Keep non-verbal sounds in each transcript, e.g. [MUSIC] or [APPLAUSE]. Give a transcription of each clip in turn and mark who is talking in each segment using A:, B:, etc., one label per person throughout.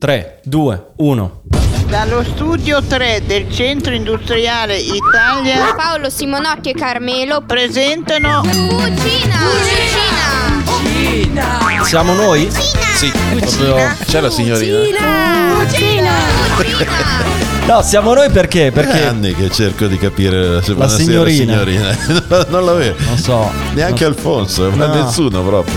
A: 3, 2, 1.
B: Dallo studio 3 del Centro Industriale Italia
C: Paolo Simonotti e Carmelo
B: presentano
C: Cucina
A: [LAUGHS]
C: Cucina
A: Siamo noi? Sì, proprio-
D: C'è la signorina?
A: No, siamo noi perché?
D: Perché
A: Perché
D: anni che cerco di capire se
A: La
D: buonasera,
A: signorina.
D: signorina. [LAUGHS] non la vedo.
A: non so.
D: Neanche Alfonso, ma
A: No.
D: nessuno proprio.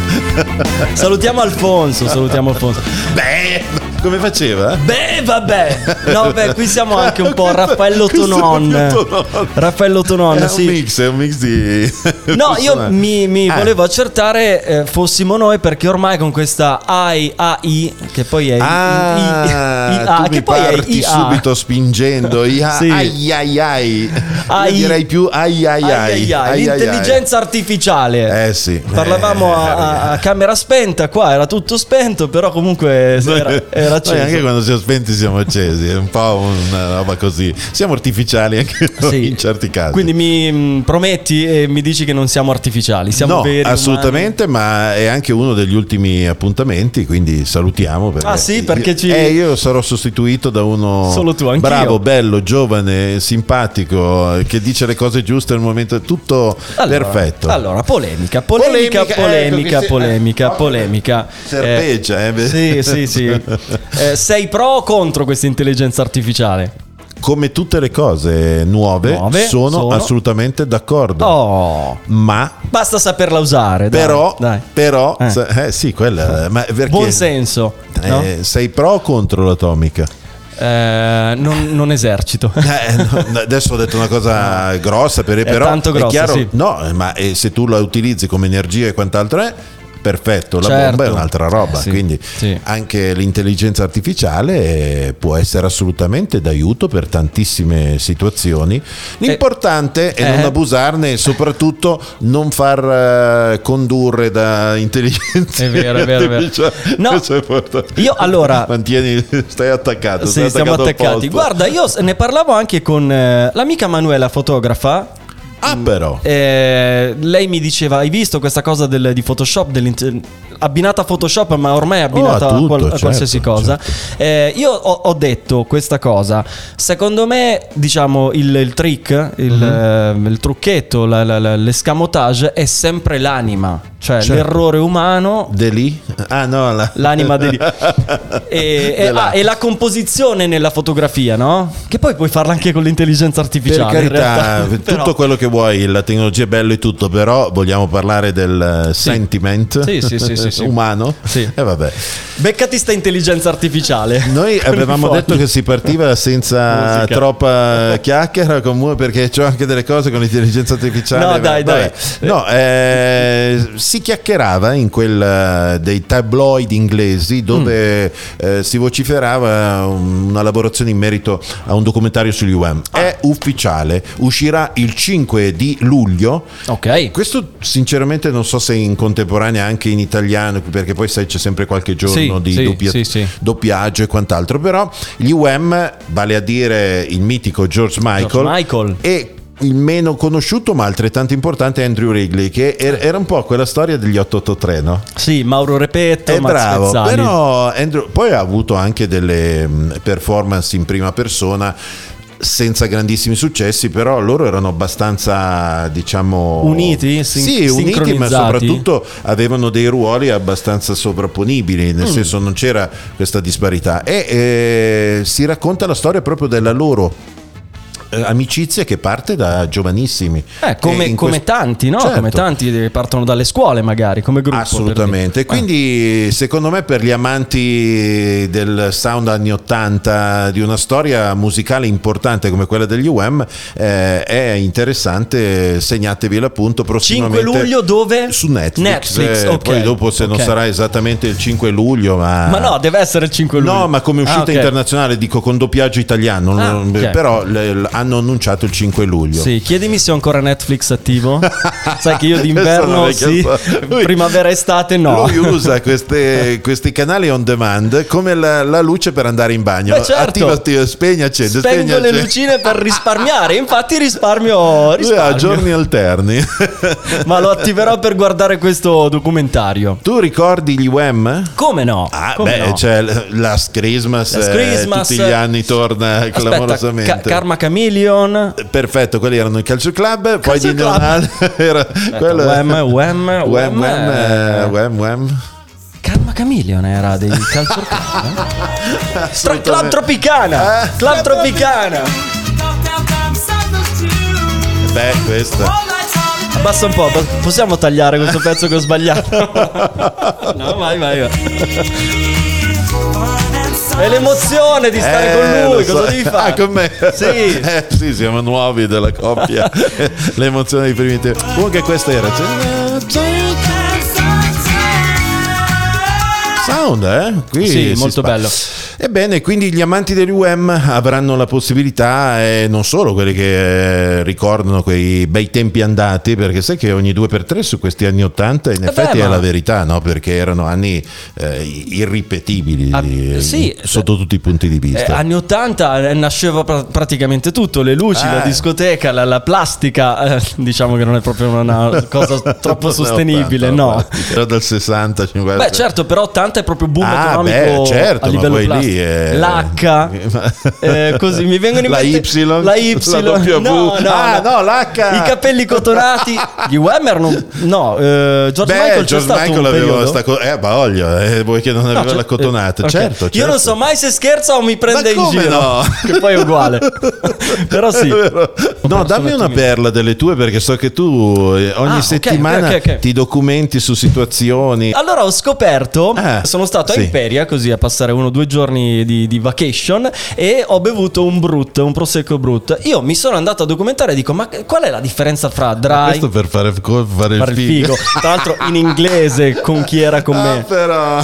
A: Salutiamo Alfonso, salutiamo Alfonso.
D: Beh, come faceva?
A: Beh, vabbè. No, beh, qui siamo anche un po' Raffaello
D: Questo è proprio
A: Tonon.
D: Tonon.
A: Raffaello
D: è
A: Tonon,
D: un
A: sì.
D: mix, è un mix di
A: No, io
D: personaggi.
A: mi, mi
D: Ah,
A: volevo accertare eh, fossimo noi perché ormai con questa AI, AI che poi è I- I- I-
D: Ah,
A: IA,
D: tu mi
A: che poi è
D: parti
A: IA.
D: subito spingendo. Ia,
A: [LAUGHS] Sì.
D: Ai ai ai.
A: Ai-
D: Io direi più ai ai
A: Ai, ai,
D: ai.
A: ai,
D: Ai, ai, ai.
A: l'intelligenza artificiale.
D: Eh sì.
A: Parlavamo a- a, a
D: Eh.
A: camera spenta, qua era tutto spento, però comunque era, era acceso.
D: Noi anche quando siamo spenti siamo accesi, è un po' una roba così. Siamo artificiali anche noi
A: Ah, Sì.
D: in certi casi.
A: Quindi mi mh, prometti e mi dici che non siamo artificiali, siamo
D: no,
A: veri. umani.
D: assolutamente, ma è anche uno degli ultimi appuntamenti, quindi salutiamo. Perché
A: Ah, sì, perché ci-
D: Eh, io sarò sostituito da uno
A: Solo tu, anch'io.
D: bravo, bello, giovane, simpatico, eh, che dice le cose giuste al momento, tutto
A: Allora,
D: perfetto.
A: Allora, polemica, polemica,
D: Polemica,
A: polemica,
D: ecco che si-
A: polemica,
D: eh,
A: polemica.
D: serpeggia, eh, beh.
A: Sì, sì,
D: [LAUGHS]
A: sì. Eh, sei pro o contro questa intelligenza artificiale?
D: Come tutte le cose nuove,
A: Nuove,
D: sono,
A: sono-
D: assolutamente d'accordo.
A: Oh,
D: Ma
A: basta saperla usare. dai,
D: Però,
A: dai.
D: però
A: Eh.
D: sa- eh, sì, quella. Ma perché,
A: buon senso.
D: Eh,
A: no?
D: Sei pro o contro l'atomica?
A: Eh, non, non esercito.
D: Eh, no, no, adesso ho detto una cosa grossa, per, però
A: tanto grossa,
D: chiaro,
A: sì.
D: no, eh, ma eh, se tu la utilizzi come energia e quant'altro è. Perfetto, la
A: Certo.
D: bomba è un'altra roba,
A: Eh, sì,
D: quindi
A: sì.
D: anche l'intelligenza artificiale eh, può essere assolutamente d'aiuto per tantissime situazioni. L'importante è non
A: eh.
D: abusarne e soprattutto non far eh, condurre da intelligenza
A: È vero, è vero, è vero.
D: artificiale.
A: No,
D: Questo è importante.
A: io allora-
D: Mantieni, stai attaccato.
A: Sì,
D: stai
A: siamo
D: attaccato al
A: attaccati.
D: posto.
A: Guarda, io s- ne parlavo anche con eh, l'amica Manuela, fotografa.
D: Ah, però.
A: Eh, lei mi diceva: Hai visto questa cosa del- di Photoshop? dell'int- abbinata a Photoshop, ma ormai è abbinata
D: Oh, a tutto,
A: a, qual- a
D: certo,
A: qualsiasi cosa. Eh, io ho, ho detto questa cosa. Secondo me, diciamo, il, il trick, il,
D: Mhm.
A: eh, il trucchetto, la- la- la- l'escamotage è sempre l'anima, cioè
D: Certo.
A: l'errore umano.
D: De lì? Ah, no. la-
A: L'anima
D: [LAUGHS]
A: di e, e-
D: Della-
A: ah, e la composizione nella fotografia, no? Che poi puoi farla anche con l'intelligenza
D: Per
A: artificiale. in
D: carità,
A: realtà.
D: [LAUGHS] tutto
A: Però-
D: quello che vuoi, la tecnologia è bella e tutto, però vogliamo parlare del eh, sentiment
A: Sì, sì, sì, sì, sì.
D: [LAUGHS] umano?
A: Sì.
D: E vabbè.
A: Beccati sta intelligenza artificiale. [LAUGHS]
D: Noi
A: Con i
D: avevamo
A: fogli.
D: detto che si partiva senza
A: Musica.
D: troppa chiacchiera comunque perché c'ho anche delle cose con l'intelligenza artificiale.
A: No, dai,
D: Vabbè.
A: dai.
D: No, eh, si chiacchierava in quel eh, dei tabloid inglesi
A: Mm.
D: dove eh, si vociferava una lavorazione in merito a un documentario sugli UM.
A: Ah.
D: È ufficiale, uscirà il 5 di luglio.
A: Ok.
D: Questo sinceramente non so se in contemporanea anche in italiano, perché poi sai c'è sempre qualche giorno
A: Sì,
D: di
A: sì,
D: doppia-
A: sì, sì.
D: doppiaggio e quant'altro, però gli UM, vale a dire il mitico George Michael,
A: Michael.
D: e il meno conosciuto ma altrettanto importante Andrew Wrigley, che er- era un po' quella storia degli 883, no?
A: Sì, Mauro Repetto,
D: È
A: Max
D: bravo,
A: Pezzali.
D: però Andrew- poi ha avuto anche delle mh, performance in prima persona senza grandissimi successi, però loro erano abbastanza, diciamo,
A: Uniti, sin-
D: sì, uniti, ma
A: sincronizzati.
D: soprattutto avevano dei ruoli abbastanza sovrapponibili,
A: Mm.
D: nel senso non c'era questa disparità e eh, si racconta la storia proprio della loro eh, amicizia che parte da giovanissimi.
A: Eh, come,
D: E in
A: come
D: quest-
A: tanti, no?
D: Certo.
A: Come tanti che partono dalle scuole, magari, come gruppo. per dire. Eh.
D: Assolutamente.
A: Ah.
D: Quindi, secondo me, per gli amanti del sound anni 80, di una storia musicale importante come quella degli UM, eh, è interessante. Segnatevi l'appunto.
A: 5
D: Prossimamente
A: luglio dove?
D: su Netflix.
A: Netflix,
D: Eh,
A: ok.
D: Poi dopo, se non
A: Ok.
D: sarà esattamente il 5 luglio, ma.
A: Ma no, deve essere il 5 luglio.
D: No, ma come uscita
A: Ah, ok.
D: internazionale dico con doppiaggio italiano,
A: Ah,
D: non-
A: ok.
D: però le- l- hanno annunciato il 5 luglio.
A: Sì, chiedimi se ho ancora Netflix
D: [LAUGHS]
A: attivo. Sai che io d'inverno
D: Questa è
A: sì,
D: una vecchia storia. Lui-
A: primavera estate no.
D: Lui usa queste- questi canali on demand come la, la luce per andare in bagno.
A: Beh, certo.
D: Attiva, attiva, spegne, accende. spegne,
A: Spengo le
D: accende.
A: lucine per risparmiare, infatti risparmio,
D: Lui ha
A: risparmio.
D: ah.
A: [LAUGHS]
D: giorni alterni.
A: ma lo attiverò per guardare questo documentario.
D: tu ricordi gli Wham?
A: Come no?
D: Ah,
A: Come
D: beh,
A: no?
D: c'è l- Last Christmas,
A: Last
D: eh,
A: Christmas.
D: tutti gli anni torna
A: Aspetta,
D: clamorosamente.
A: Ca- Karma Chameleon,
D: Perfetto, quelli erano il Calcio Club, poi
A: Calcio
D: di
A: Club.
D: Leonardo [LAUGHS] era quello- [LAUGHS]
A: Wham, Wham,
D: Wham,
A: Wham,
D: Wham,
A: eh.
D: eh, Wham, Wham.
A: Karma Chameleon era dei Calcio
D: [LAUGHS]
A: Club. eh? Tra- Club Tropicana,
D: Eh.
A: Club Tropicana.
D: Beh, questa.
A: Abbassa un po', po- possiamo tagliare questo pezzo che ho
D: [LAUGHS]
A: sbagliato? no, vai, vai, vai. È l'emozione di stare
D: Eh,
A: con lui,
D: lo
A: cosa
D: so.
A: devi
D: Ah,
A: fare?
D: con me.
A: Sì.
D: Eh, sì, siamo nuovi della
A: [LAUGHS]
D: coppia. L'emozione dei primi tempi. Comunque questa era. Sound, eh? Qui
A: Sì,
D: si
A: molto
D: spa-
A: bello.
D: Ebbene, quindi gli amanti dell'UM avranno la possibilità, e non solo quelli che eh, ricordano quei bei tempi andati, perché sai che ogni due per tre su questi anni 80 in
A: Eh beh,
D: effetti è
A: ma-
D: la verità, no? Perché erano anni eh, irripetibili
A: Ah,
D: eh,
A: sì.
D: sotto tutti i punti di
A: Eh,
D: vista.
A: anni 80 eh, nasceva pra- praticamente tutto, le luci, la
D: Eh.
A: discoteca, la, la plastica, eh, diciamo che non è proprio una
D: [LAUGHS]
A: cosa troppo
D: Non è
A: sostenibile,
D: 80,
A: no.
D: Era dal 60, 50.
A: Beh certo, però 80 è proprio boom
D: Ah,
A: economico
D: beh, certo,
A: a
D: ma
A: livello
D: poi
A: plastico.
D: lì è- [LAUGHS]
A: L'H, eh, così mi vengono in
D: La
A: mente
D: Y?
A: la Y,
D: [LAUGHS] La
A: No,
D: W?
A: no,
D: Ah, no, l'H.
A: I capelli cotonati, gli Wemmer non... No, eh, George
D: Beh,
A: Michael c'è
D: George
A: stato
D: Michael
A: un
D: aveva
A: periodo?
D: sta co- eh, ma voglio, eh, vuoi che non aveva
A: c'è-
D: la cotonata,
A: eh, ok.
D: certo,
A: Io
D: certo.
A: non so mai se scherza o mi prende in
D: come
A: giro.
D: no?
A: [LAUGHS] Che poi è
D: [LAUGHS]
A: uguale. Però sì.
D: No, dammi una perla delle tue perché so che tu eh, ogni
A: Ah, ok,
D: settimana
A: ok, ok, ok. Ah,
D: ti documenti su situazioni.
A: Allora ho scoperto,
D: Ah,
A: sono stato
D: sì.
A: a Imperia così a passare uno o due giorni di, di vacation e ho bevuto un brut, un prosecco brut. Io mi sono andato a documentare e dico ma qual è la differenza fra dry
D: Questo per fare, co- Ah, fare
A: e
D: il figo.
A: figo? Tra l'altro in inglese con chi era con
D: Ah,
A: me.
D: però.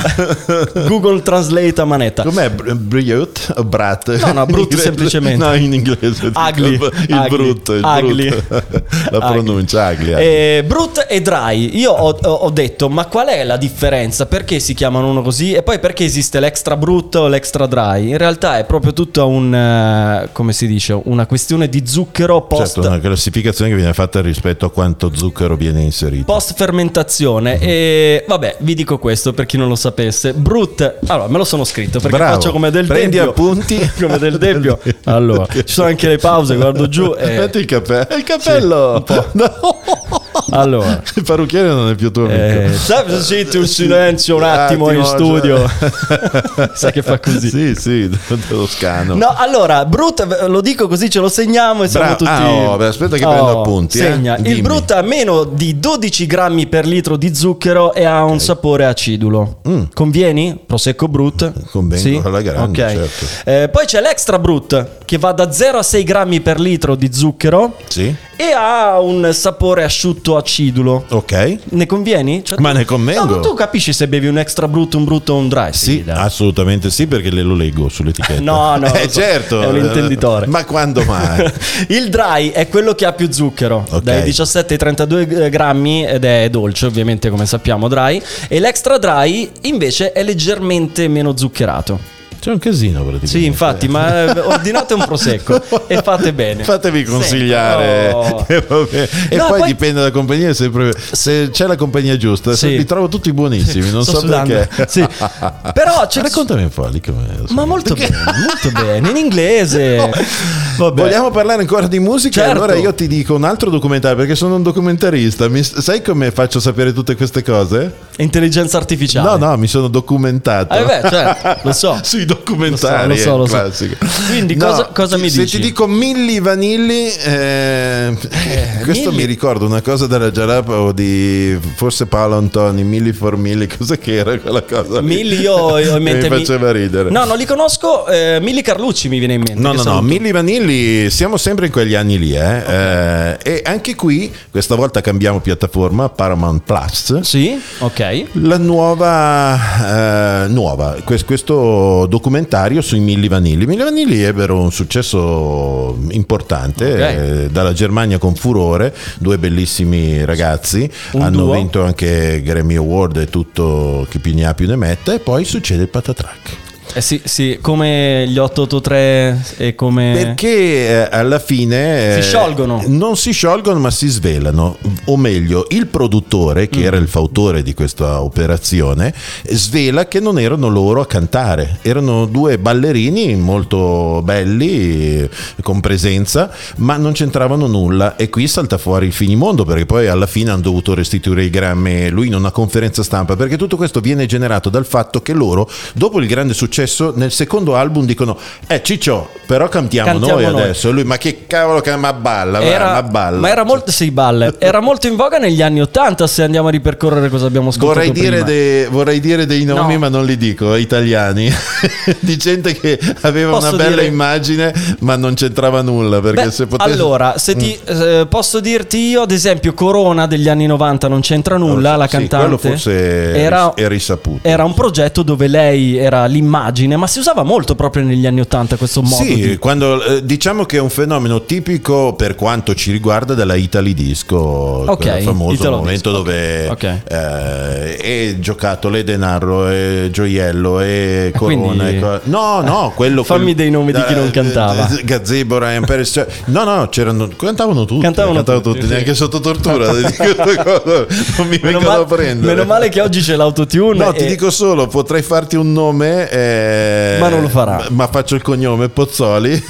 A: Google Translate a manetta.
D: [LAUGHS] Com'è Br- Briut o Brat?
A: No, no, brut
D: [LAUGHS] In inglese-
A: semplicemente.
D: No, in inglese. dico,
A: Ugly,
D: Il
A: ugly,
D: brutto, il
A: ugly.
D: brutto. [LAUGHS] La
A: Ugly.
D: pronuncia Agli.
A: Eh, brut e dry. Io ho, ho- ho detto, ma qual è la differenza? Perché si chiamano uno così? E poi perché esiste l'extra brutto o l'extra dry? In realtà è proprio tutta un. eh, come si dice? Una questione di zucchero post.
D: Certo, una classificazione che viene fatta rispetto a quanto zucchero viene inserito.
A: Post
D: Mhm.
A: fermentazione e vabbè vi dico questo per chi non lo sapesse Brut Allora me lo sono scritto perché
D: Bravo.
A: faccio come del
D: Prendi
A: debbio
D: appunti.
A: [LAUGHS] Come del
D: [LAUGHS]
A: debbio Allora ci sono anche le pause guardo giù e...
D: Metti il cappello. Il cappello. [LAUGHS] No.
A: Allora
D: Il parrucchiere non è più tuo amico.
A: Eh, sai se senti un silenzio un attimo in studio? [LAUGHS] Sai che fa così.
D: Sì, sì, [LAUGHS] toscano.
A: No, allora, Brut, lo dico così ce lo segniamo e siamo
D: Bra-
A: tutti...
D: ah, oh, beh, aspetta che prendo appunti, eh.
A: Segna.
D: Dimmi.
A: Il Brut ha meno di 12 grammi per litro di zucchero e ha un sapore acidulo. Convieni? Prosecco Brut?
D: Mm. Convengo alla grande,
A: Ok.
D: certo.
A: Eh, poi c'è l'Extra Brut, che va da 0 a 6 grammi per litro di zucchero
D: Sì,
A: e ha un sapore asciutto acidulo.
D: ok.
A: Ne convieni? Cioè,
D: Ma
A: tu-
D: ne convengo.
A: No, ma tu capisci se bevi un extra brutto, un brutto o un dry?
D: Sì, ah.
A: dai.
D: assolutamente sì, perché le lo leggo sull'etichetta.
A: No, no,
D: [LAUGHS] Eh,
A: lo so,
D: certo.
A: è un intenditore.
D: Ma quando mai?
A: [LAUGHS] Il dry è quello che ha più zucchero,
D: Ok.
A: dai 17 ai 32 eh, grammi ed è dolce ovviamente come sappiamo dry e l'extra dry invece è leggermente meno zuccherato.
D: C'è un casino praticamente.
A: Sì, infatti, ma eh, ordinate un prosecco e fate bene. Oh.
D: Fatevi consigliare. [LAUGHS]
A: Sì,
D: E, vabbè. E
A: No,
D: poi,
A: poi-
D: dipende dalla compagnia. è sempre- Se c'è la compagnia giusta, se-
A: Sì.
D: li trovo tutti buonissimi. Non
A: Sto
D: so
A: sudando.
D: perché. Cioè,
A: Sì. Però c'è
D: Raccontami un po' di come.
A: Ma molto bene, molto bene, in
D: [LAUGHS]
A: inglese. Vabbè.
D: Vogliamo parlare ancora di musica?
A: Certo.
D: Allora io ti dico un altro documentario perché sono un documentarista. Mi- sai come faccio a sapere tutte queste cose?
A: Intelligenza artificiale.
D: No, no, mi sono documentato.
A: Eh
D: [LAUGHS]
A: beh, certo, lo so.
D: Sui documentari.
A: Lo so, lo so,
D: è
A: lo so.
D: classico.
A: Quindi
D: No,
A: cosa- cosa mi
D: se
A: dici?
D: Se ti dico Milli Vanilli, eh, [LAUGHS] questo
A: Milli.
D: mi ricorda una cosa della Jalapa o di forse Paolo Antoni, Milli for Milli, [LAUGHS] cosa che era quella cosa? lì?
A: Milli io ho in mente
D: [LAUGHS] mi faceva ridere.
A: No, non li conosco, eh, Milli Carlucci mi viene in mente.
D: No,
A: che
D: no, no,
A: saluto.
D: Milli Vanilli, siamo sempre in quegli anni lì, eh. Eh, e anche qui, questa volta cambiamo piattaforma, Paramount Plus.
A: Sì, ok.
D: La nuova, eh, nuova. eh, Quest- questo documentario sui Milli Vanilli. I Milli Vanilli ebbero un successo importante
A: Ok.
D: eh, dalla Germania con furore, due bellissimi ragazzi,
A: Un
D: hanno
A: duo.
D: vinto anche Grammy Award e tutto chi più ne ha più ne mette e poi succede il patatrack.
A: Eh sì, sì, come gli 883 e come...
D: Perché eh, alla fine
A: Si
D: eh,
A: sciolgono.
D: Non si sciolgono, ma si svelano. O meglio, il produttore, che era il fautore di questa operazione, svela che non erano loro a cantare. Erano due ballerini molto belli, eh, con presenza, ma non c'entravano nulla. E qui salta fuori il finimondo, perché poi alla fine hanno dovuto restituire i grammi lui in una conferenza stampa, perché tutto questo viene generato dal fatto che loro, dopo il grande successo, nel secondo album dicono: Eh, Ciccio, però cantiamo. Cantiamo
A: Cantiamo
D: noi,
A: noi.
D: adesso. E Lui, ma che cavolo che ma balla, va, ma balla. Cioè,
A: ma era molto, sì,
D: [LAUGHS]
A: balle. Era molto in voga negli anni 80 se andiamo a ripercorrere cosa abbiamo ascoltato
D: Vorrei
A: prima.
D: dire, de- vorrei dire dei nomi,
A: No.
D: ma non li dico, italiani, [LAUGHS] di gente che aveva
A: Posso
D: una bella
A: dire-
D: immagine, ma non c'entrava nulla. Perché
A: Beh,
D: se Mm. potesse...
A: Allora, se ti, eh, posso dirti io, ad esempio, Corona degli anni 90 non c'entra nulla,
D: Sì,
A: la
D: quello
A: cantante.
D: forse è risaputo.
A: Era un progetto dove lei era l'immagine, ma si usava molto proprio negli anni 80 questo modo
D: Sì,
A: di...
D: quando, eh, diciamo che è un fenomeno tipico per quanto ci riguarda della Italy Disco,
A: Ok,
D: quel famoso
A: Italo
D: momento
A: Disco,
D: dove
A: ok, ok.
D: eh, è giocattolo, è denaro, è gioiello, è corona.
A: quindi-
D: è co- no, no,
A: [LAUGHS]
D: quello...
A: Fammi dei nomi di chi non cantava.
D: eh, Gazebo, Ryan Perez, cioè- no, no, c'erano, cantavano tutti,
A: Cantavano
D: cantavano,
A: tutti,
D: tutti,
A: sì.
D: neanche sotto tortura, [LAUGHS] ti dico questa cosa, non mi
A: Meno,
D: vengono
A: ma-
D: a prendere.
A: meno male che oggi c'è l'autotune.
D: No,
A: e-
D: ti dico solo, potrei farti un nome, eh,
A: Ma non lo farà.
D: Ma faccio il cognome Pozzoli.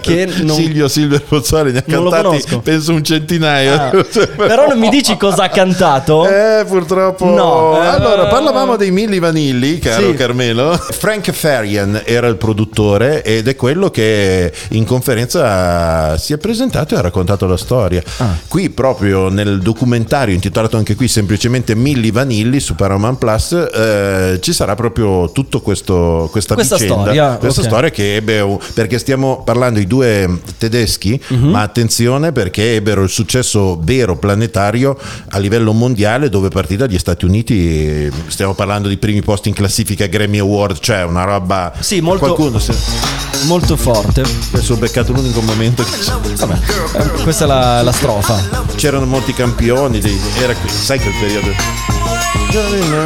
A: Che non-
D: Silvio Silver Pozzoli ne ha
A: Non lo
D: cantati
A: conosco.
D: penso un centinaio.
A: Ah, però non mi
D: [LAUGHS]
A: dici cosa ha cantato?
D: Eh, purtroppo.
A: No.
D: Allora,
A: Eh.
D: parlavamo dei Milli Vanilli, caro
A: Sì.
D: Carmelo. Frank Farian era il produttore ed è quello che in conferenza si è presentato e ha raccontato la storia.
A: Ah.
D: Qui, proprio nel documentario intitolato anche qui semplicemente Milli Vanilli su Paramount Plus, eh, ci sarà proprio tutto questo, questa,
A: Questa
D: vicenda,
A: storia,
D: questa
A: ok.
D: storia che ebbe un- perché stiamo parlando di due tedeschi,
A: Mhm.
D: ma attenzione perché ebbero il successo vero planetario a livello mondiale dove partì dagli Stati Uniti, eh, stiamo parlando di primi posti in classifica Grammy Award, cioè una roba
A: Sì, molto-
D: qualcuno si
A: Molto forte.
D: adesso ho beccato l'unico momento che
A: Vabbè, eh, questa è la, la strofa.
D: c'erano molti campioni, dei- era qui, sai quel periodo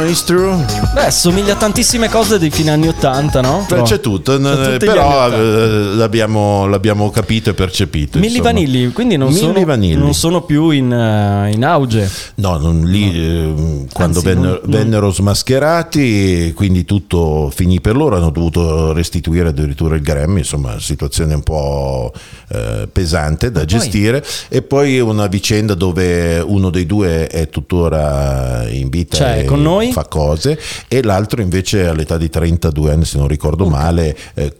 D: It's true.
A: Beh, somiglia a tantissime cose dei fine anni 80, no?
D: Beh,
A: No.
D: C'è tutto,
A: Sono
D: n-
A: tutti gli
D: però
A: anni 80.
D: eh, l'abbiamo, l'abbiamo capito e percepito.
A: Milli
D: insomma.
A: Vanilli, quindi non,
D: Milli
A: sono,
D: Vanilli.
A: non sono più in, eh, in auge.
D: No, non- lì eh, quando
A: Anzi,
D: vennero,
A: non- non-
D: vennero smascherati, quindi tutto finì per loro, hanno dovuto restituire addirittura il Grammy, insomma situazione un po' eh, pesante da gestire. E poi una vicenda dove uno dei due è tuttora in vita
A: Cioè,
D: e
A: con noi?
D: fa cose e l'altro invece all'età di 32 anni, se non ricordo male... eh,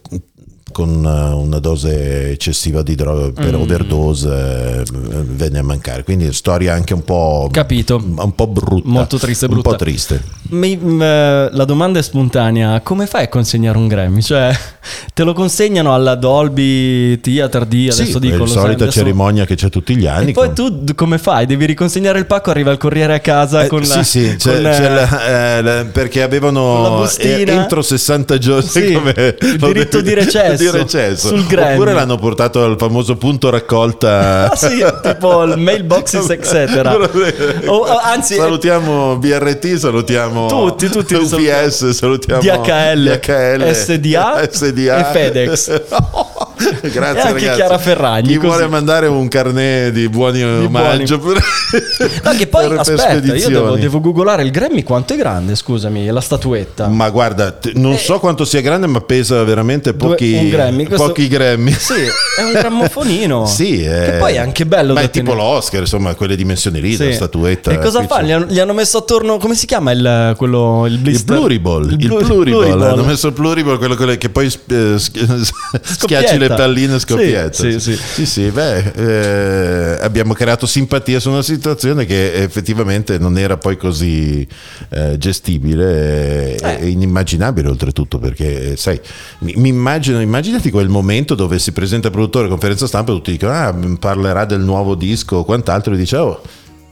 D: con eh, una dose eccessiva di droga per
A: Mm.
D: overdose eh, venne a mancare quindi storia anche un po'
A: Capito.
D: un po' brutta.
A: Molto triste, brutta.
D: Un po' triste.
A: Mi- m, eh, la domanda è spontanea: come fai a consegnare un Grammy? Cioè, [LAUGHS] te lo consegnano alla Dolby Theater di adesso
D: sì,
A: dico
D: è la
A: lo sai,
D: solita
A: adesso-
D: cerimonia che c'è tutti gli anni.
A: E poi
D: con-
A: tu d- come fai? Devi riconsegnare il pacco, arriva il corriere a casa
D: Eh,
A: con la.
D: sì, sì, c'è-
A: con la-
D: c'è la- eh, la-
A: con
D: perché
A: la
D: avevano
A: bustina.
D: eh, entro 60 giorni
A: Sì,
D: [LAUGHS] come-
A: il diritto di recesso
D: di recesso.
A: sul Grammy.
D: Oppure l'hanno portato al famoso punto raccolta.
A: [LAUGHS] Ah, sì, tipo il
D: [LAUGHS]
A: mailboxes, etc. O- o- Oh, anzi, eh,
D: salutiamo BRT, salutiamo
A: Tutti, tutti li
D: UPS, salutiamo
A: DHL,
D: DHL,
A: SDA,
D: SDA.
A: e FedEx.
D: [LAUGHS] Grazie
A: E anche
D: ragazzi.
A: Chiara Ferragni,
D: Chi
A: così.
D: vuole mandare un carnet di buoni
A: [LAUGHS]
D: omaggio per-
A: No, che poi
D: per- per
A: aspetta, io devo,
D: spedizioni.
A: devo googolare il Grammy quanto è grande, scusami, la statuetta.
D: Ma guarda, t- non so quanto sia grande, ma pesa veramente
A: Eh. Due-
D: pochi,
A: un Grammy, questo-
D: pochi Grammy.
A: Sì, è un grammofonino.
D: [LAUGHS] Sì,
A: Che
D: eh,
A: poi è anche bello
D: Ma
A: da
D: è tipo
A: tenere.
D: l'Oscar, insomma, quelle dimensioni lì,
A: Sì.
D: la statuetta.
A: E cosa
D: qui
A: fa?
D: c'è-
A: Gli hanno, gli hanno messo attorno, come si chiama il, quello, il
D: Il
A: blister?
D: pluriball, il,
A: blu-
D: pluriball,
A: pluriball.
D: hanno messo il pluriball, quello, quello che poi [LAUGHS] eh, sch- schiacci le palline e scoppietta.
A: Sì, sì, sì.
D: sì, beh, eh, abbiamo creato simpatia su una situazione che effettivamente non era poi così eh, gestibile e-
A: Eh.
D: e inimmaginabile oltretutto, perché eh, sai, mi, mi immagino, immaginati quel momento dove si mm, presenta il produttore a conferenza stampa e tutti dicono, ah, parlerà del nuovo disco o quant'altro, e dice, oh...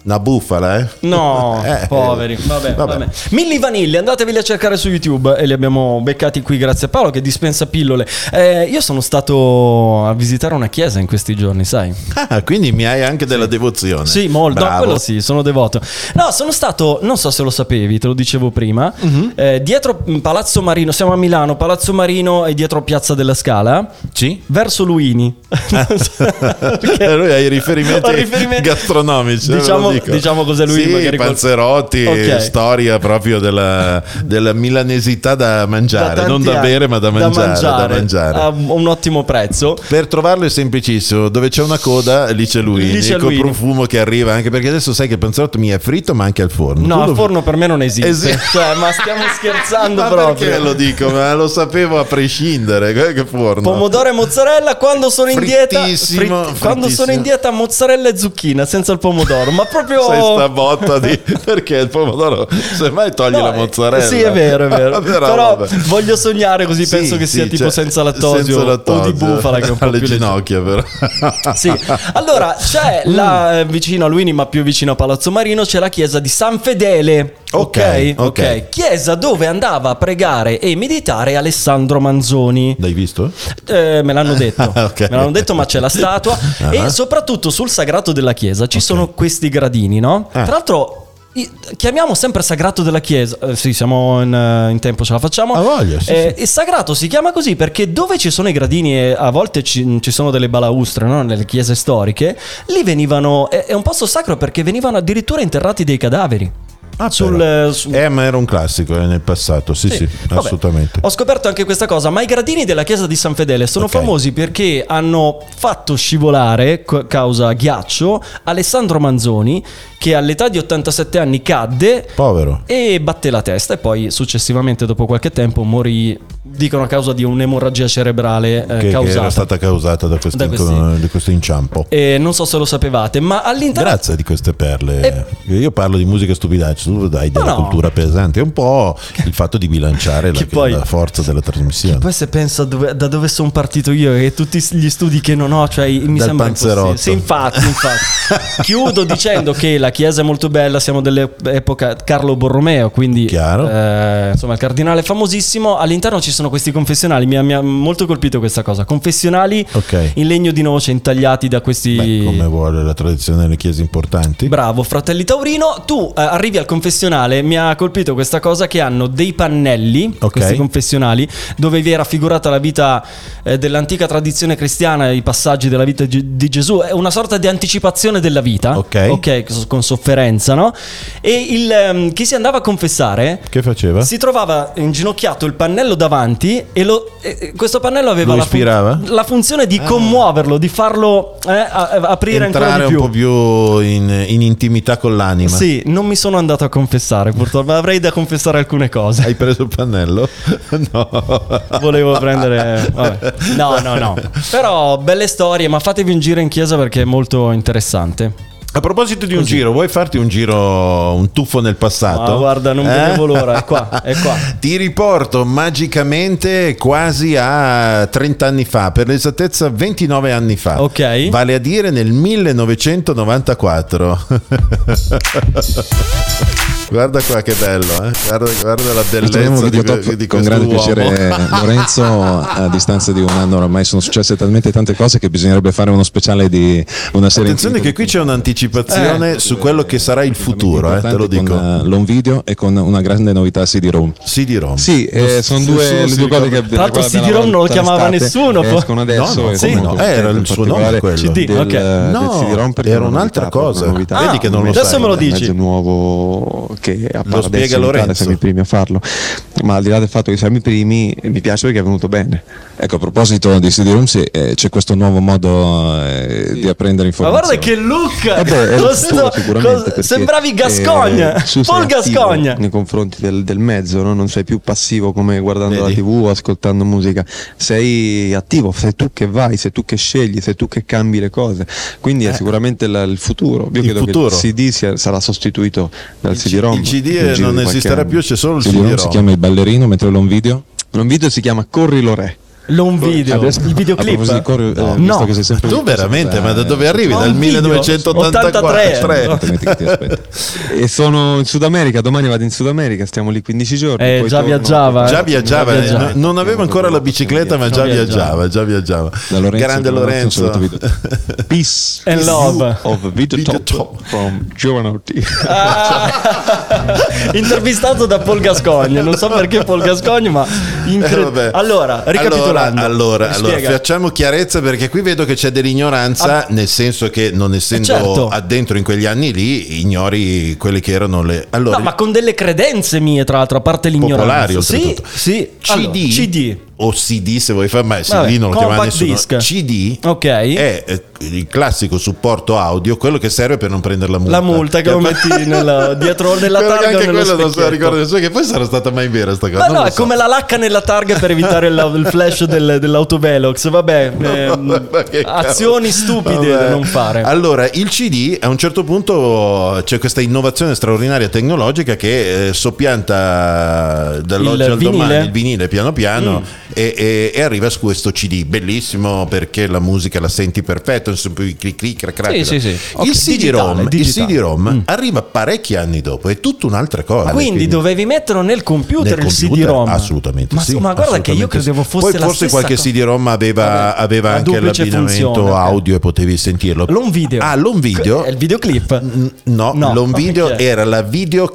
D: Una bufala, eh?
A: No,
D: [LAUGHS] Eh,
A: poveri. Vabbè, vabbè. Milli Vanilli, andateveli a cercare su YouTube e li abbiamo beccati qui grazie a Paolo che dispensa pillole. Eh, io sono stato a visitare una chiesa in questi giorni, sai?
D: Ah, quindi mi hai anche della devozione.
A: Sì, molto. No,
D: Bravo.
A: quello sì, sono devoto. No, sono stato, non so se lo sapevi, te lo dicevo prima,
D: Mhm.
A: eh, dietro mm, Palazzo Marino, siamo a Milano, Palazzo Marino e dietro Piazza della Scala,
D: Sì?
A: verso Luini.
D: Eh, [LAUGHS] Lui ha i riferimenti,
A: Ho riferimenti-
D: gastronomici. eh, ve lo
A: Diciamo-
D: dico.
A: diciamo cos'è lui,
D: Sì,
A: magari qual-
D: panzerotti,
A: Ok.
D: storia proprio della, della milanesità da mangiare,
A: tanti
D: non da
A: anni. Ah.
D: bere, ma da mangiare. da mangiare.
A: A un un ottimo prezzo.
D: Per trovarlo è semplicissimo, dove c'è una coda lì c'è lui,
A: Lì c'è
D: col
A: Luini.
D: profumo che arriva anche perché adesso sai che il panzerotto mi è fritto ma anche al forno.
A: No,
D: Tu
A: a
D: lo-
A: forno per me non esiste.
D: Esi-
A: Cioè, ma
D: [LAUGHS]
A: stiamo scherzando
D: ma
A: proprio.
D: perché lo dico? Ma lo sapevo a prescindere, che che forno.
A: Pomodoro e mozzarella quando sono in dieta
D: Frittissimo,
A: quando sono in
D: frittissimo.
A: dieta mozzarella e zucchina senza il pomodoro, ma proprio
D: Sai sta botta di [LAUGHS] perché il pomodoro semmai togli
A: No,
D: la
A: eh,
D: mozzarella.
A: Sì, è vero, è vero.
D: Però
A: Però,
D: [LAUGHS] vabbè.
A: voglio sognare così,
D: Sì,
A: penso che
D: sì,
A: sia tipo
D: cioè,
A: senza lattosio,
D: senza
A: o di
D: lattosio.
A: bufala
D: [LAUGHS]
A: che è un po'
D: alle
A: più leggero.
D: ginocchia Mm. però.
A: Sì. Allora, c'è
D: [LAUGHS]
A: la, eh, vicino a Luini, ma più vicino a Palazzo Marino, c'è la chiesa di San Fedele.
D: Ok,
A: Ok,
D: ok.
A: ok. Chiesa dove andava a pregare e meditare Alessandro Manzoni.
D: [LAUGHS] L'hai visto?
A: Eh, me l'hanno detto,
D: [LAUGHS] Ah, ok.
A: me l'hanno detto, ma c'è la statua.
D: Ah.
A: E soprattutto sul sagrato della chiesa ci sono questi gradini, no?
D: Ah.
A: Tra l'altro. i- Chiamiamo sempre sagrato della chiesa. Eh, sì, siamo in, eh, in tempo, ce la facciamo.
D: Ah, voglia, sì,
A: Eh, Il sagrato si chiama così perché dove ci sono i gradini e a volte ci, ci sono delle balaustre no? nelle chiese storiche, lì venivano. È, è un posto sacro perché venivano addirittura interrati dei cadaveri.
D: Ah,
A: sul,
D: però.
A: eh, su-
D: Eh, ma era un classico eh, nel passato, sì, sì,
A: vabbè.
D: assolutamente.
A: Ho scoperto anche questa cosa, ma i gradini della chiesa di San Fedele sono
D: Ok.
A: famosi perché hanno fatto scivolare, co- causa ghiaccio, Alessandro Manzoni, che all'età di 87 anni cadde
D: Povero.
A: e batté la testa e poi successivamente, dopo qualche tempo, morì, dicono a causa di un'emorragia cerebrale eh,
D: che, che
A: causata.
D: era stata causata da questo,
A: Da questi- Eh,
D: inco- di questo inciampo.
A: E non so se lo sapevate, ma all'interno...
D: Grazie di queste perle. Io parlo di musica stupidaccia, tu dai della
A: Eh. no.
D: cultura pesante. È un po' il fatto di bilanciare la,
A: Che poi-
D: la forza della trasmissione.
A: Poi se penso a dove- da dove sono partito io e tutti gli studi che non ho, cioè mi
D: Dal
A: sembra
D: panzerotto.
A: impossibile. Sì, infatti, infatti.
D: [LAUGHS]
A: Chiudo dicendo che la chiesa è molto bella, siamo dell'epoca Carlo Borromeo, quindi
D: Chiaro.
A: eh, insomma il cardinale è famosissimo, all'interno ci sono questi confessionali, mi ha, mi ha molto colpito questa cosa, confessionali
D: Ok.
A: in legno di noce intagliati da questi...
D: Beh, come vuole la tradizione delle chiese importanti.
A: Bravo, fratelli Taurino, tu eh, arrivi al confessionale, mi ha colpito questa cosa che hanno dei pannelli,
D: Ok.
A: questi confessionali, dove vi è raffigurata la vita eh, dell'antica tradizione cristiana, i passaggi della vita di di Gesù, è una sorta di anticipazione della vita,
D: Ok.
A: so- con sofferenza, no? E il, ehm, chi si andava a confessare...
D: Che faceva?
A: Si trovava inginocchiato il pannello davanti e lo- e- e questo pannello aveva
D: Lo
A: la, fun-
D: ispirava?
A: la funzione di commuoverlo, di farlo eh, a- a- aprire
D: Entrare
A: ancora di
D: un
A: più.
D: po' più in, in intimità con l'anima.
A: Sì, non mi sono andato a confessare purtroppo, ma avrei da confessare alcune
E: [LAUGHS]
A: cose.
D: Hai preso il pannello? [LAUGHS] no.
A: Volevo prendere... vabbè. No, no, no. Però belle storie, ma fatevi un giro in chiesa perché è molto interessante.
D: A proposito di un giro, vuoi farti un giro, un tuffo nel passato? Eh?
A: Ma guarda, non vedevo l'ora, è qua, è qua.
D: [LAUGHS] Ti riporto magicamente quasi a 30 anni fa, per l'esattezza 29 anni fa.
A: Ok.
D: Vale a dire nel
A: [LAUGHS]
D: 1994. guarda qua che bello, eh? guarda, guarda la
E: Abbiamo
D: bellezza di,
E: videotop
D: di
E: con
D: questo
E: grande
D: uomo.
E: piacere eh,
D: [LAUGHS]
E: Lorenzo a distanza di un anno oramai sono successe talmente tante cose che bisognerebbe fare uno speciale di una serie
D: Attenzione che qui c'è
A: Eh.
D: un'anticipazione su quello che sarà il futuro, eh, te lo dico.
E: l'on video e con una grande novità CD-ROM
D: CD-ROM.
E: sì, eh, sono due, le due cose che
A: Tra l'altro
E: guarda,
A: CD-ROM non lo
E: tutta
A: chiamava
E: l'estate,
A: nessuno, poi.
E: Escono adesso.
D: No, no,
E: e
A: come no,
E: sono molto
D: era
E: contento
D: il
E: in
D: suo nome
E: particolare
D: quello.
A: CD,
E: del-
A: ok.
E: del
D: No,
E: CD-ROM perché
D: era
E: è una
D: un'altra
E: novità,
D: cosa.
E: proprio una novità.
D: Vedi che non Ah, lo
A: adesso
D: sai.
A: me lo dici.
E: mezzo nuovo che appare adesso
D: spiega
E: in Italia,
D: Lorenzo.
E: siamo i primi a farlo ma al di là del fatto che siamo i primi mi piace perché è venuto bene ecco a proposito di CD Room eh, c'è questo nuovo modo eh, di apprendere
A: Ma guarda
E: informazioni
A: che look!
E: Vabbè, è
A: Lo
E: un futuro
A: sto-
E: sicuramente,
A: cos-
E: perché,
A: sembravi
E: eh,
A: Gascogna,
E: tu sei
A: Paul
E: attivo
A: Gascogna.
E: Nei confronti del, del mezzo, no? non sei più passivo come guardando
D: Vedi?
E: la tv o ascoltando musica, sei attivo, sei tu che vai, sei tu che scegli, sei tu che cambi le cose. Quindi è sicuramente la- il futuro. Io
D: Eh. Il
E: credo
D: futuro.
E: che il CD sia- sarà sostituito dal
D: Il C-
E: CD-ROM.
D: il CD
E: nel giro
D: non
E: di qualche
D: esisterà
E: anno.
D: più, c'è solo il
E: CD-ROM
A: [LAUGHS]
D: CD-ROM.
E: si chiama il ballerino, mentre l'on video
F: Un video si chiama Corri Lorè.
A: L'home video,
E: Adesso-
A: il videoclip.
E: A proposito di coreo,
A: No.
E: eh, visto
A: No.
E: che sei sempre
D: Tu veramente, ma da dove arrivi?
A: Ma
D: Dal
A: un video? 83.
D: 1983.
E: Aspetta che ti aspetto. e sono in Sud America, domani vado in Sud America, stiamo lì 15 giorni.
A: Eh,
E: poi
A: già
E: torno.
A: viaggiava, eh.
D: Già viaggiava,
A: Già viaggiava.
D: eh, no- non aveva ancora la bicicletta, ma già viaggiava, già viaggiava.
E: Da Lorenzo,
D: Grande
E: un
D: Lorenzo.
E: saluto, Vito.
D: [LAUGHS]
E: Peace
A: And
E: Peace
A: love.
E: of Vito
D: Vito
E: Top,
D: Top.
E: from Giovanotti.
A: [LAUGHS] Intervistato da Paul Gascogne, non so perché Paul Gascogne, ma incre-
D: Eh, vabbè.
A: Allora, ricapitolando,
D: Allora, allora, allora,
A: Spiega. Ah.
D: facciamo chiarezza perché qui vedo che c'è dell'ignoranza, nel senso che non essendo
A: Certo.
D: addentro in quegli anni lì, ignori quelle che erano le... Allora,
A: No, ma con delle credenze mie, tra l'altro, a parte l'ignoranza.
D: popolari
A: sì,
D: oltretutto.
A: sì.
D: CD,
A: Allora, CD.
D: o CD se vuoi fare, ma CD
A: Vabbè,
D: non lo chiamava
A: compact
D: nessuno.
A: disc.
D: CD
A: Ok.
D: è eh, il classico supporto audio, quello che serve per non prendere la multa.
A: La multa
D: [LAUGHS]
A: che lo metti nella- dietro nella
D: Quello che
A: targa o nello
D: Anche quello non se la
A: specchietto.
D: ricorda nessuno, che poi sarà stata mai vera sta cosa.
A: Ma
D: non
A: no,
D: lo
A: è
D: so.
A: come la lacca nella targa per evitare il, il flash del- dell'autovelox. Vabbè, ehm,
D: [LAUGHS] Ma che cavolo.
A: azioni stupide
D: Vabbè.
A: da non fare.
D: Allora, il CD a un certo punto c'è questa innovazione straordinaria tecnologica che eh, soppianta dall'oggi
A: Il
D: al domani
A: vinile? Mm.
D: il vinile piano piano e, e- e arriva su questo CD. Bellissimo perché la musica la senti perfetto, insomma, poi clic clic crac, crac.
A: Sì, sì, sì. Ok,
D: Il
A: digitale,
D: CD-ROM, il
A: digitale. Mm.
D: CD-ROM arriva parecchi anni dopo, è tutta un'altra cosa.
A: quindi,
D: Quindi-
A: dovevi metterlo nel computer
D: nel
A: il
D: computer?
A: CD-ROM?
D: Assolutamente
A: Ma,
D: sì,
A: ma guarda che io
D: assolutamente
A: credevo
D: sì.
A: fosse
D: Poi
A: la
D: forse
A: stessa
D: qualche
A: cosa.
D: CD-ROM aveva,
A: Vabbè,
D: aveva
A: la
D: anche
A: duplice
D: l'abbinamento
A: funzione, ok.
D: audio e potevi sentirlo.
A: L'home video.
D: Ah, l'home video.
A: È il videoclip.
D: N- No,
A: No,
D: l'home video
A: ok.
D: era la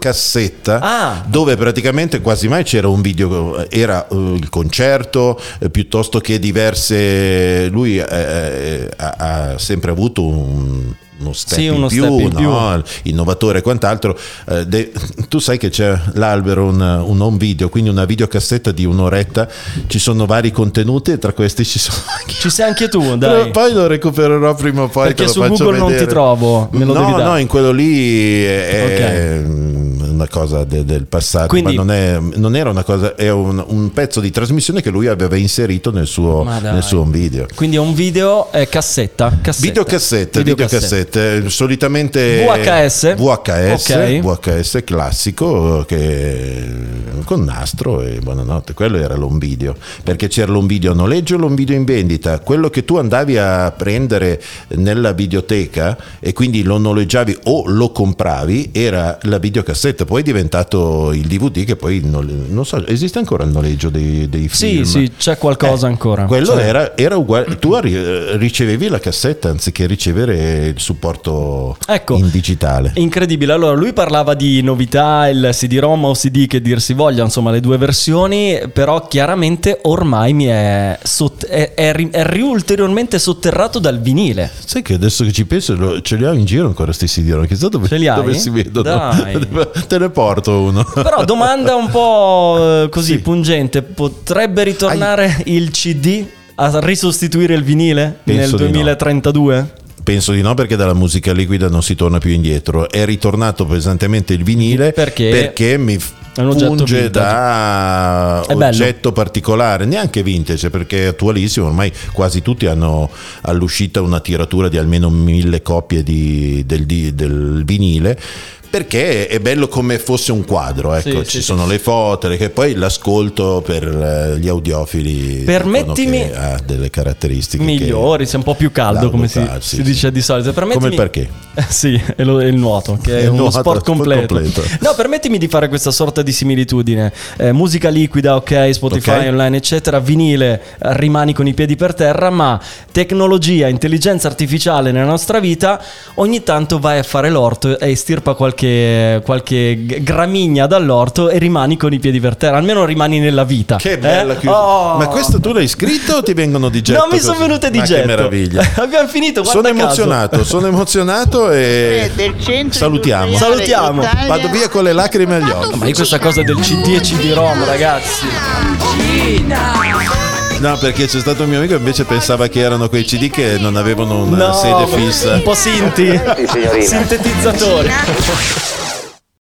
D: videocassetta
A: Ah.
D: dove praticamente quasi mai c'era un video, era eh, il concerto eh, piuttosto che diverse. Lui eh, eh, ha, ha sempre avuto un- Uno step,
A: Sì,
D: in,
A: uno
D: più,
A: step in
D: no? innovatore e quant'altro. Eh, de- tu sai che c'è l'albero, un, un home video, quindi una videocassetta di un'oretta. Ci sono vari contenuti e tra questi ci sono anche
A: Ci sei anche tu, dai.
D: Poi lo recupererò prima o poi.
A: Perché
D: te lo
A: su
D: faccio
A: Google non
D: vedere.
A: ti trovo, me lo
D: no,
A: devi dare.
D: no, in quello lì è è una cosa de- del passato.
A: Quindi-
D: ma non, è- non era una cosa, è un, un pezzo di trasmissione che lui aveva inserito nel suo,
A: Ma dai.
D: nel suo video.
A: Quindi è un video eh, cassetta, cassetta.
D: Videocassette, videocassette, solitamente
A: VHS.
D: VHS,
A: Ok.
D: VHS classico che, con nastro e buonanotte, quello era l'home video, perché c'era l'home video a noleggio e l'home video in vendita, quello che tu andavi a prendere nella videoteca e quindi lo noleggiavi o lo compravi era la videocassetta, poi è diventato il DVD che poi non, non so, esiste ancora il noleggio dei, dei
A: Sì,
D: film?
A: sì, c'è qualcosa
D: Eh,
A: ancora.
D: Quello
A: Cioè,
D: era, era uguale. Tu arri- eh, ricevevi la cassetta anziché ricevere il supporto
A: Ecco.
D: in digitale.
A: Incredibile, allora lui parlava di novità, il CD-ROM o CD che dir si voglia, insomma le due versioni, però chiaramente ormai mi è, sott- è- è ri- è ri- ulteriormente sotterrato dal vinile.
D: Sai che adesso che ci penso, lo- ce li ho in giro ancora sti CD-ROM. Chissà dove,
A: Ce li hai?
D: dove si vedono.
A: Dai.
D: [LAUGHS] Te ne porto uno.
A: Però domanda un po' eh, così
D: Sì.
A: pungente, potrebbe ritornare il CD a risostituire il vinile nel
D: Penso di no.
A: 2032?
D: Penso di no perché dalla musica liquida non si torna più indietro. È ritornato pesantemente il vinile
A: Perché-
D: mi
A: È un oggetto
D: funge
A: vintage.
D: da
A: È bello.
D: oggetto particolare, neanche vintage perché è attualissimo, ormai quasi tutti hanno all'uscita una tiratura di almeno mille copie di- del, di- del vinile. Perché è bello come fosse un quadro, ecco,
A: Sì,
D: ci
A: sì,
D: sono le foto, le- che poi l'ascolto per eh, gli audiofili
A: Permettimi-
D: dicono che ha delle caratteristiche che-
A: migliori, sei un po' più caldo come si,
D: Laudo, sì,
A: si
D: sì.
A: dice di solito. Permettimi...
D: Come il perché?
A: Eh, sì, è, lo- è il nuoto, che è,
D: È il
A: uno
D: nuoto,
A: sport completo.
D: completo.
A: No, permettimi di fare questa sorta di similitudine. Eh, musica liquida, ok, Spotify
D: Ok.
A: online, eccetera, vinile, eh, rimani con i piedi per terra, ma tecnologia, intelligenza artificiale nella nostra vita, ogni tanto vai a fare l'orto e stirpa qualche, qualche g- gramigna dall'orto e rimani con i piedi per terra, almeno rimani nella vita.
D: Che bella
A: eh?
D: chiusura.
A: Oh!
D: Ma questo tu l'hai scritto o ti vengono di getto?
A: No, mi sono
D: così?
A: venute di
D: Ma
A: getto. [LAUGHS]
D: Che meraviglia.
A: Abbiamo finito, guarda
D: Sono
A: caso.
D: emozionato, sono emozionato
B: Eh,
D: e
B: del centro
D: salutiamo.
B: industriale
A: Salutiamo.
B: d'Italia.
D: Vado via con le lacrime agli occhi.
A: Ma io questa cosa del CD e CD-ROM, ragazzi.
D: No, perché c'è stato un mio amico che invece pensava che erano quei CD che non avevano una
A: No,
D: sede fissa.
A: Un po' sinti.
F: Sì, signorina.
A: Sintetizzatori.